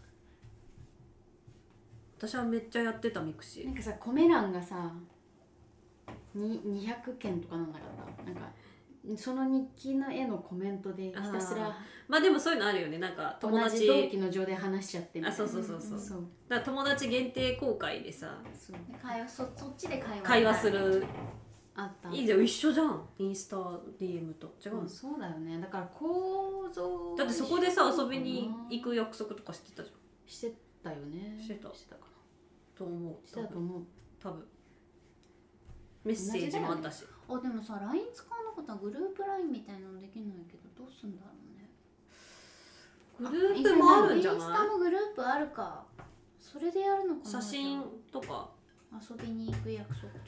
S1: 私はめっちゃやってたミクシ
S2: な
S1: ー
S2: んかさ米欄がさに200件とかなんだからなんかその日記の絵のコメントでひたすら
S1: まあでもそういうのあるよねなんか
S2: 同
S1: 友
S2: じ
S1: 達
S2: 同期の上で話しちゃってみたい
S1: あ
S2: な
S1: そうそうそうそう、
S3: ん
S2: そう
S1: だから友達限定公開でさ
S2: そう
S3: 会話そそっちで会話
S1: 会話する
S2: あった
S1: いいじゃん一緒じゃんインスタ DM と違うの、
S2: うんそうだよねだから構造
S1: だってそこでさ
S2: 一
S1: 遊
S2: 緒なのかな
S1: びに行く約束とかしてたじゃん
S2: してたよね
S1: してた
S2: してたかな
S1: と思う
S2: して
S1: 多
S2: たと
S1: 分
S2: 思う
S1: 多分メッセージもあったし、
S3: あでもさ LINE 使わなかったらグループ LINE みたいなのできないけどどうすんだろうね
S1: グループもあるんじゃ
S3: インスタ
S1: な
S3: もグループあるかそれでやるのか
S1: い写
S3: なじゃ
S1: 真とか
S3: あ遊びに行く約束と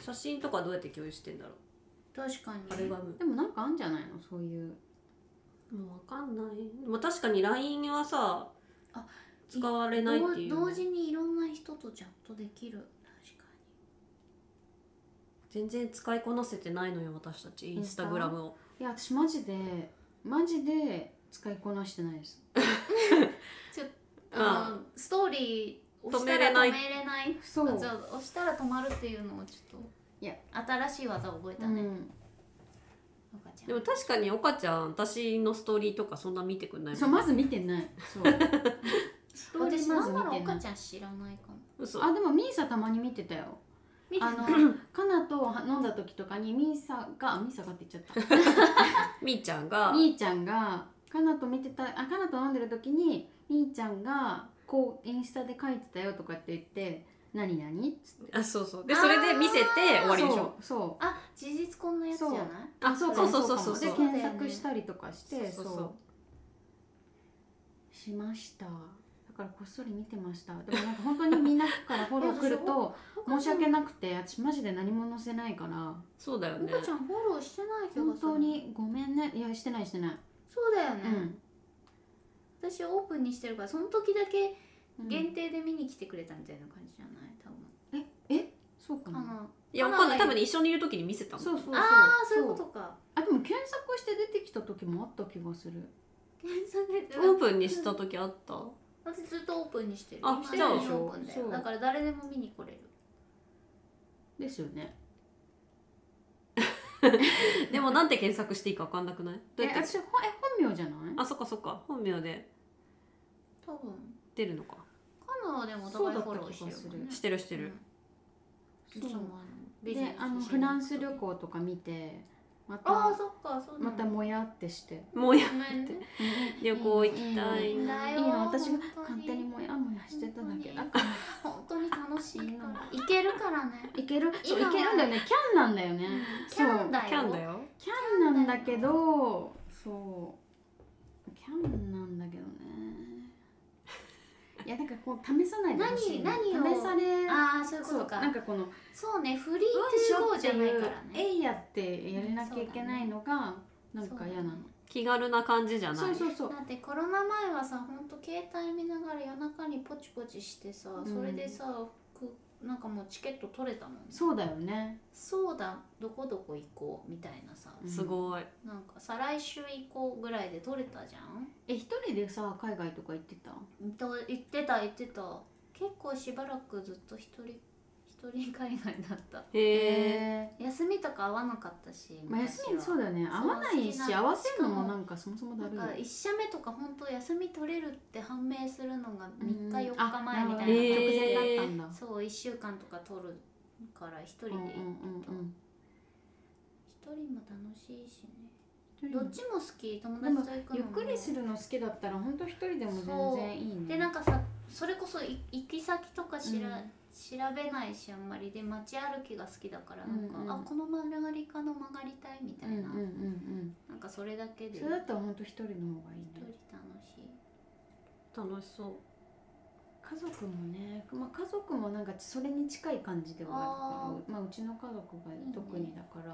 S1: 写真とかどうやって共有してんだろう
S3: か確かに
S1: アルバム
S2: でもなんかあんじゃないのそういう
S1: もう分かんないまあ確かに LINE はさ
S3: あ
S1: 使われないっていう
S3: 同同時にいろんな人とチャットできる確か
S1: 全然使いこなせてないのよ私たちインスタグラムを
S2: いや私マジでマジで使いこなしてないです
S3: にあのストーリー押し
S1: 止
S3: たら
S1: めれない
S3: 止めれない
S2: そ
S3: あじゃあ押したら止まるっていうのをちょっと
S2: いや
S3: 新しい技を覚えた
S2: う
S3: ね、
S2: ん
S3: 赤ちゃん
S1: でも確かに岡ちゃん私のストーリーとかそんな見てくんないもん
S2: そうまず見てない そう
S3: ストーリー
S2: 私ま
S3: な
S2: ず
S3: ん
S2: 見て
S3: だろ
S2: な
S3: う
S2: い
S3: 赤ちゃん知らないかも
S1: 嘘
S2: あでもミーサたまに見て たよ
S3: 見て
S2: あ
S3: ない
S2: のカナと飲んだ時とかにミーサがミーサがって言っちゃっ
S1: みーちゃん
S2: た
S1: が
S2: みーちゃんがカナと見てたあカナと飲んでる時にみーちゃんがこうインスタで書いてたよとかって言って何何っつって
S1: あそうそうでそれで見せて終わりでしょ
S2: そうそう
S3: あ事実婚のやつじゃない
S2: あそうかも
S1: そうそう
S2: かも
S1: そうそう
S2: で
S1: そう
S2: 検索したりとかして
S1: そ
S2: そうう
S1: そうそう
S2: しましただからこっそり見てましたでもなんか本当にみんなからフォロー来ると申し訳なくて私マジで何も載せないから
S1: そうだよね
S3: 赤ちゃんフォローしてないけど
S2: 本当にごめんねいやしてないしてない
S3: そうだよね
S2: う、ん
S3: 私オープンにしてるからその時だけ
S2: うん
S3: 限定で見に来てくれたみたいな感じじゃない多分、
S2: えそうかな
S3: あの
S1: いや
S3: カナ
S1: 岡ちゃん
S3: が
S1: 多分ね一緒にいる時に見せたの
S2: そうそうそう
S3: ああそういうことか
S2: あでも検索して出てきた時もあった気がする
S3: 検索で
S1: オープンにした時あった
S3: 私ずっとオープンにしてる
S1: あ
S3: 今
S1: してるで
S2: しょ
S3: オープンだよ
S2: そう
S3: だから誰でも見に来れる
S2: ですよね
S1: でもなんて検索していいか分かんなくないどう
S2: え
S1: やって
S2: 私ほえ本名じゃない
S1: あそっかそっか本名で
S3: 多分
S1: 出るのか
S3: カナはでもお互いフォローしてるもんね
S1: してるしてる、
S3: うんいつもあのビジネ
S2: で
S3: ス
S2: あの
S3: 写
S2: フ
S3: 真
S2: ランス旅行とか見てま
S3: ああ
S2: た
S3: そっかそう
S2: ま
S3: な
S2: た
S3: んだ
S2: もやってして
S1: もうや
S3: ごめんね
S1: 旅行行きたい
S3: いいん
S1: な
S3: だ
S2: いい
S3: よ
S2: な私が
S3: 本当
S2: 勝
S3: に
S2: 手にもやもやしてただけだ
S3: 本
S2: から
S3: 本当に楽しいから行けるからね
S2: いけるそうい
S3: 今は
S2: けるんだよねキャンなんだよね
S3: キャンだよ
S1: キャンだよ
S2: キャンなんだけどそうキャンなんだけどねいやだからこう試さないでほしいの
S3: 何何を
S2: 試され
S3: ああそういうこ
S2: そ
S3: と
S2: う
S3: か
S2: なんかこの
S3: そうねフリーってショーじゃないから
S2: え
S3: ね
S2: いやってやらなきゃいけないのがなんか嫌なの
S1: 気軽な感じじゃな
S2: そう
S1: い
S2: そうそう
S3: だってコロナ前はさほんと携帯見ながら夜中にポチポチしてさ、
S2: ん
S3: それでさくなんかもうチケット取れたもんね
S2: そうだよね
S3: そうだどこどこ行こうみたいなさ、
S2: うん
S1: すごい
S3: なんか再来週行こうぐらいで取れたじゃん
S2: え一人でさ海外とか行ってた
S3: と言ってた言ってた結構しばらくずっと一人一人海外だった
S1: へえ
S3: 休みとか合わなかったし
S2: まあ、休みそう
S3: だ
S2: だよね
S3: そう
S2: 合わない
S3: 好き
S2: し
S3: な
S2: 合わせるの
S3: しか
S2: も
S3: も
S2: なんかそもそもだ
S3: な
S2: る
S3: ん
S2: いよ
S3: か1社目とか本当休み取れるって判明するのが
S2: うん
S3: 3日4日前みた
S2: あ
S1: え
S3: い
S1: ー
S3: な
S2: 直前だったんだ、
S3: そう1週間とか取るから一人
S2: う
S3: で
S2: んうん
S3: 一人も楽しいしね
S2: うんうん
S3: どっちも好き友達と行くのも
S2: ゆっくりするの好きだったら本当一人でも全然いいね
S3: でなんかさそれこそい行き先とかしら、
S2: うん
S3: 調べないしあんまりで街歩きが好きだからなんか、
S2: うんうん
S3: あこの曲がりかの曲がりたいみた
S2: う
S3: い
S2: んうんう
S3: な、
S2: んうん
S3: なんかそれだけで一
S2: それだった
S3: 人楽
S2: ら本当一人の方がいいね
S3: しい
S1: 楽しそう
S2: 家族もね、まあ、家族もなんかそれに近い感じではあるからまあ、うちの家族が特にだから、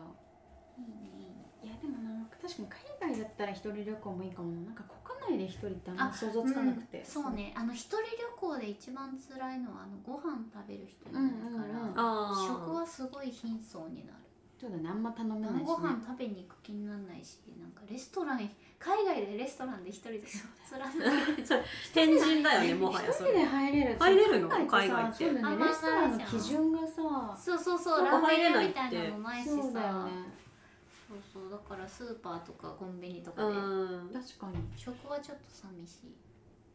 S3: いいねいいね
S2: いやでもな確かに海外だったら一人旅行もいいかもななんか国内で一人ってあんま
S3: あ
S2: 想像つかなくて、
S3: うんそうねあの一人旅行で一番辛いのはあのご飯食べる人いないから、
S2: うんうんうん
S1: ああ
S3: 食はすごい貧相になる
S2: そうだねあんま頼めないし、ね、
S3: 晩ご飯食べに行く気にならないしなんかレストラン海外でレストランで一人で 辛す ぎる
S1: 天神だよねもはや
S2: 一
S1: それ
S2: 人で入れる
S1: 入れるの
S2: そう
S1: 海外って
S2: さそうだ
S3: あ
S2: ね
S3: んま
S2: レストランの基準がさ
S3: そうそうそう
S1: な
S3: ラ
S1: んか
S3: ーメ
S1: 入
S3: ン
S1: れな
S3: 屋
S1: いっ
S3: み
S1: て
S3: たいなのないしさ
S2: そうだよね
S3: そうそうだからスーパーとかコンビニとか
S1: う
S3: で、
S1: ん
S2: 確かに
S3: 食はちょっと寂しい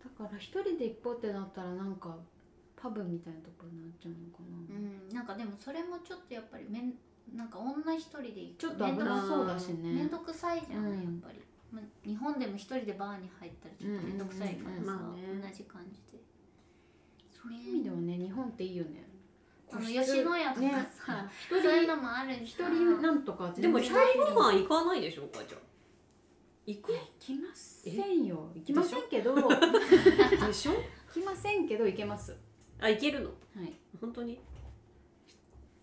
S2: だから一人で一方ってなったらなんかパブみたいなとこになっちゃうのか
S3: う
S2: な、
S3: んなんかでもそれもちょっとやっぱりめんなんか女一人で行く
S2: ちょっと危なそうだしね
S3: めんどくさいじゃん、
S2: うん
S3: やっぱり、ま、日本でも一人でバーに入ったらちょっとめんどくさいから
S1: う
S3: さ、
S1: んうんうんうんまあね
S3: 同じ感じで
S2: そういう意味ではね日本っていいよね
S3: あの
S2: 個室
S3: 吉野家とか
S2: ね
S3: さ、そういうのもある
S2: 一
S3: じゃん
S2: 人なんとか
S1: でも一人ご
S2: 飯
S1: 飯行かないでしょかちゃん行く
S2: 行きませんよ行きませんけど 行
S1: でしょ
S2: きませんけど行けます
S1: あ行けるの
S2: はい
S1: 本当に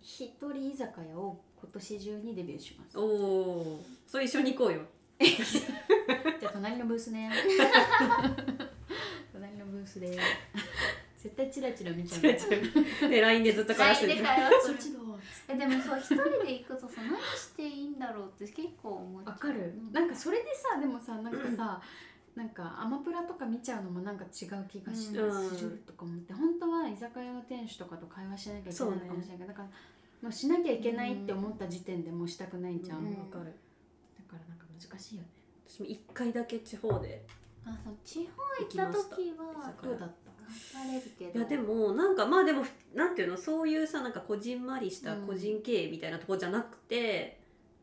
S2: 一人居酒屋を今年中にデビューします
S1: おおそれ一緒に行こうよ
S2: じゃあ隣のブース ね隣のブースで 絶対チラチラ見ちゃう
S1: それちゃうで LINE でずっとからして
S3: で
S1: る
S3: かよそ
S2: そっ
S3: れ
S2: ちだ
S3: えでもそう一人で行くとさ何していいんだろうって結構思っちゃ
S2: わ
S3: う
S2: かる
S3: うん
S2: なんかそれでさでもさなんか さなんかアマプラとか見ちゃうのもなんか違う気がしす
S1: うん
S2: るとか思って本当は居酒屋の店主とかと会話しなきゃいけないのかもしれないけど、だからもうしなきゃいけないって思った時点でもうしたくないじゃん、
S1: うん
S2: だ
S1: わかる
S2: からなんか難しいよね
S1: 私も一回だけ地方で
S3: あそう地方
S1: 行
S3: 行っ
S1: き
S3: た
S1: ました
S3: 時
S1: 居
S3: は
S1: 酒
S2: どうだ
S1: 屋
S2: った
S3: 頑張れるけ
S1: い
S3: ど
S1: やでもなんかまあでもなんていうのそういうさなんかこじんまりした個人経営みたいなとこじゃなくて、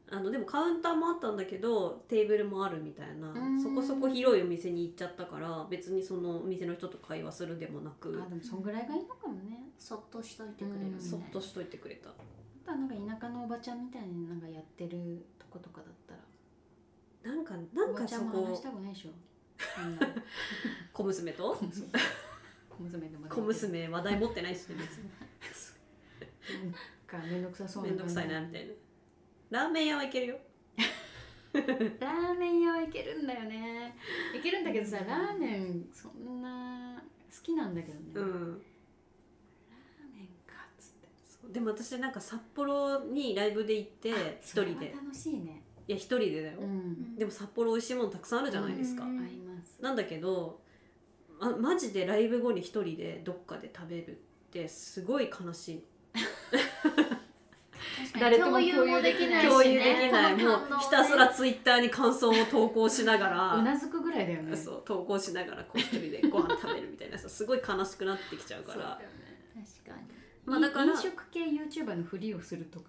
S1: あのでもカウンターもあったんだけどテーブルもあるみたいな、
S2: うん
S1: そこそこ広いお店に行っちゃったから別にそのお店の人と会話するでもなく
S2: あでもそんぐらいがいいのかもね
S3: そっとしといてくれるみたいな
S2: うん
S1: そっとしといてくれた
S2: あとはなんか田舎のおばちゃんみたいになんかやってるとことかだったら
S1: なんかなん
S2: おば
S1: か
S2: ちゃ
S1: そ
S2: んも話し
S1: こ
S2: たくないでしょそんな
S1: 小娘と
S2: 小娘小娘でも
S1: 小娘話題持ってないしね別に
S2: なんかめんどくさ そうな
S1: めんどくさいなみたいなラーメン屋はいけるよ
S2: ラーメン屋はいけるんだよねいけるんだけどさラーメンそんな好きなんだけどね、
S1: う
S2: ラー
S1: ん
S2: メンかっつって
S1: そうでも私なんか札幌にライブで行って一人
S2: それ
S1: で
S2: は楽しいね
S1: いや一人でだよ、
S2: うん
S1: でも札幌美味しいものたくさんあるじゃないですか、
S3: うん
S2: 合います
S1: なんだけどあマジでライブ後に一人でどっかで食べるってすごい悲しい
S3: 確かに共有もできないし、ね、
S1: 共有できない、
S3: この
S1: も
S3: 感動ね
S1: うひ たすらツイッターに感想を投稿しなが
S2: う
S1: ら
S2: なずくぐらいだよねう
S1: そう投稿しながらこう一人でご飯食べるみたいなさすごい悲しくなってきちゃうか
S2: そうだよ
S1: ら
S2: ね
S3: 確かに
S1: まあだから
S2: 飲食系 YouTuber のふりをするとか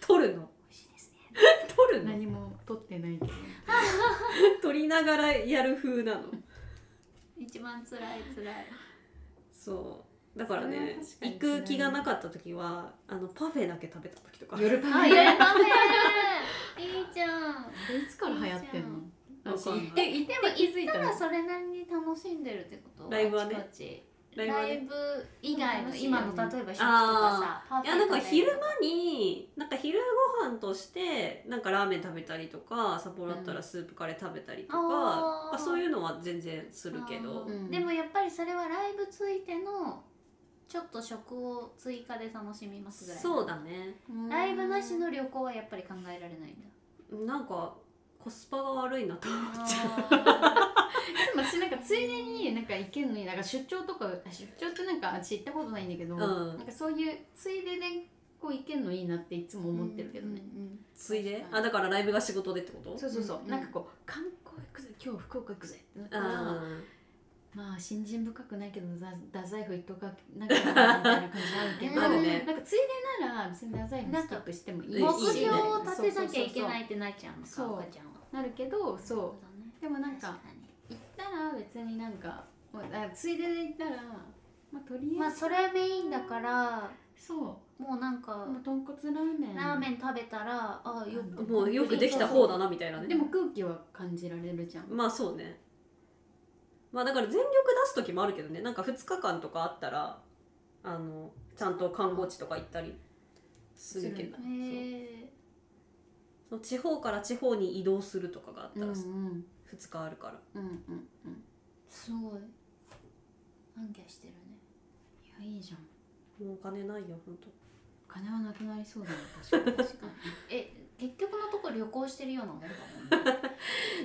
S1: 撮るの
S2: 美味しいですね
S1: 取るの
S2: 何も取ってないけど
S1: 取りながらやる風なの
S3: 一番辛い辛い
S1: そうだからね
S2: それは
S1: 行
S2: 確かに辛い
S1: く気がなかった時はあのパフェだけ食べた時とか
S2: 夜パ
S3: あ
S2: フェ
S3: やったねいいじゃん
S2: いつから流行ってんの
S1: わ
S2: 私
S1: かんない
S2: 行って行って
S3: でも
S2: 気づい
S3: 行ったた
S2: の
S3: らそれなりに楽しんでるってこと
S1: ライブはね
S3: あちこち
S1: ライブは
S3: ラ
S1: ね
S3: イブ以外の
S2: 楽しいよ
S3: 今
S2: ね
S3: の例えば食器とかさパフ
S1: い
S3: ェ
S1: やなんか
S3: 食べる
S1: 昼間になんか昼ご飯としてなんかラーメン食べたりとか札幌だったらスープカレー食べたりとか、
S3: うんあー
S1: まあそういうのは全然するけど
S3: あー
S2: うん
S3: でもやっぱりそれはライブついてのちょっと食を追加で楽しみますぐらい
S1: そうだね
S3: ライブなしの旅行はやっぱり考えられないんだ
S1: なんかコスパが悪いなと思っちゃう
S3: あ
S2: でも私なんかついでになんか行けんのになんか出張とかあ出張ってなんか私行ったことないんだけど、
S1: ん
S2: なんかそういうついででこう行けんのいいなっていつも
S3: ー
S2: 思ってるけどね、
S3: うんうん
S1: ついで
S3: 確か
S1: あ
S3: に
S1: だからライブが仕事でってこと
S2: そうそうそう、
S3: うん
S2: なんかこう観光行くぜ今日福岡行くぜってなったら
S1: あ
S2: まあ信心深くないけどだ太宰府行っとかな きゃなみたいな感じあるけど
S3: ある
S1: ね
S2: なんかついでなら別に太宰府スキップしてもいい
S1: なんか
S2: いいし
S3: 目標を
S2: ね
S3: 立てなきゃ
S2: そうそ
S3: いけな
S2: うそう
S3: いってなっちゃうの
S2: そう
S3: か赤ちゃんは
S2: そうなるけどそ
S3: だね
S2: うでもなんか
S3: 確かに
S2: 行ったら別になんかもうあついでで行ったらまあとり
S3: ま
S2: あえ
S3: あ
S2: ず、
S3: それメインだから
S2: そう
S3: もうなんか
S2: もう豚骨ラーメン
S3: ラーメン食べたらあよ
S1: ーもうよくできた方だなみたいなね
S2: でも空気は感じられるじゃん
S1: まあそうねまあだから全力出す時もあるけどねなんか2日間とかあったらあのちゃんと観光地とか行ったりするけど
S2: す
S3: へ
S1: そう
S3: え
S1: その地方から地方に移動するとかがあっ
S2: う
S1: た
S2: んう
S1: ら
S2: ん
S1: 2日あるから、
S2: うんうんうん
S3: すごい暗記してるね
S2: いやいいじゃん
S1: もうお金ないよ本当
S2: お金はなくなりそうだな確かに
S3: 確かにえ結局のとこ旅行してるようなもんだ もんね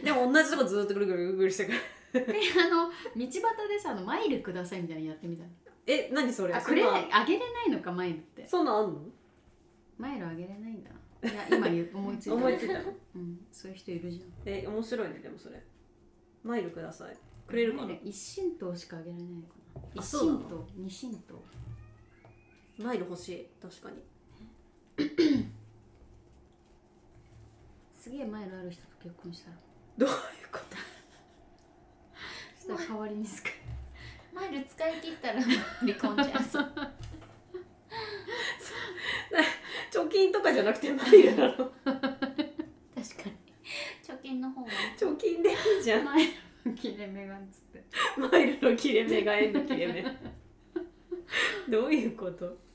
S1: でも同じとこずっとぐるぐるぐるぐるしてくる
S2: であの道端でさあのマイルくださいみたいなのやってみたら
S1: え何それ
S2: あ
S1: そ
S2: く
S1: ん
S2: れ
S1: な
S2: ないあげれないのかマイルって
S1: そんなんあんの
S2: マイルあげれないんだないや今言う思いついた
S1: 思いついたの
S2: うん、そういう人いるじゃん
S1: え面白いねでもそれマイルくださいくれるかな
S2: マイル一神党しかあげられないのかな
S1: あ
S2: 一
S1: そうなの
S2: 神党二神党
S1: マイル欲しい確かに
S2: すげえマイルある人と結婚したら
S1: どういうこと
S2: そしたら代わりに使う
S3: マイル使い切ったら離婚 じゃん
S1: 貯金とかじゃなくてマイルなの
S3: 確かに貯金の方が
S1: 貯金でいいじゃん
S2: マイル切れ目がっつって
S1: マイルの切れ目が縁の切れ目どういうこと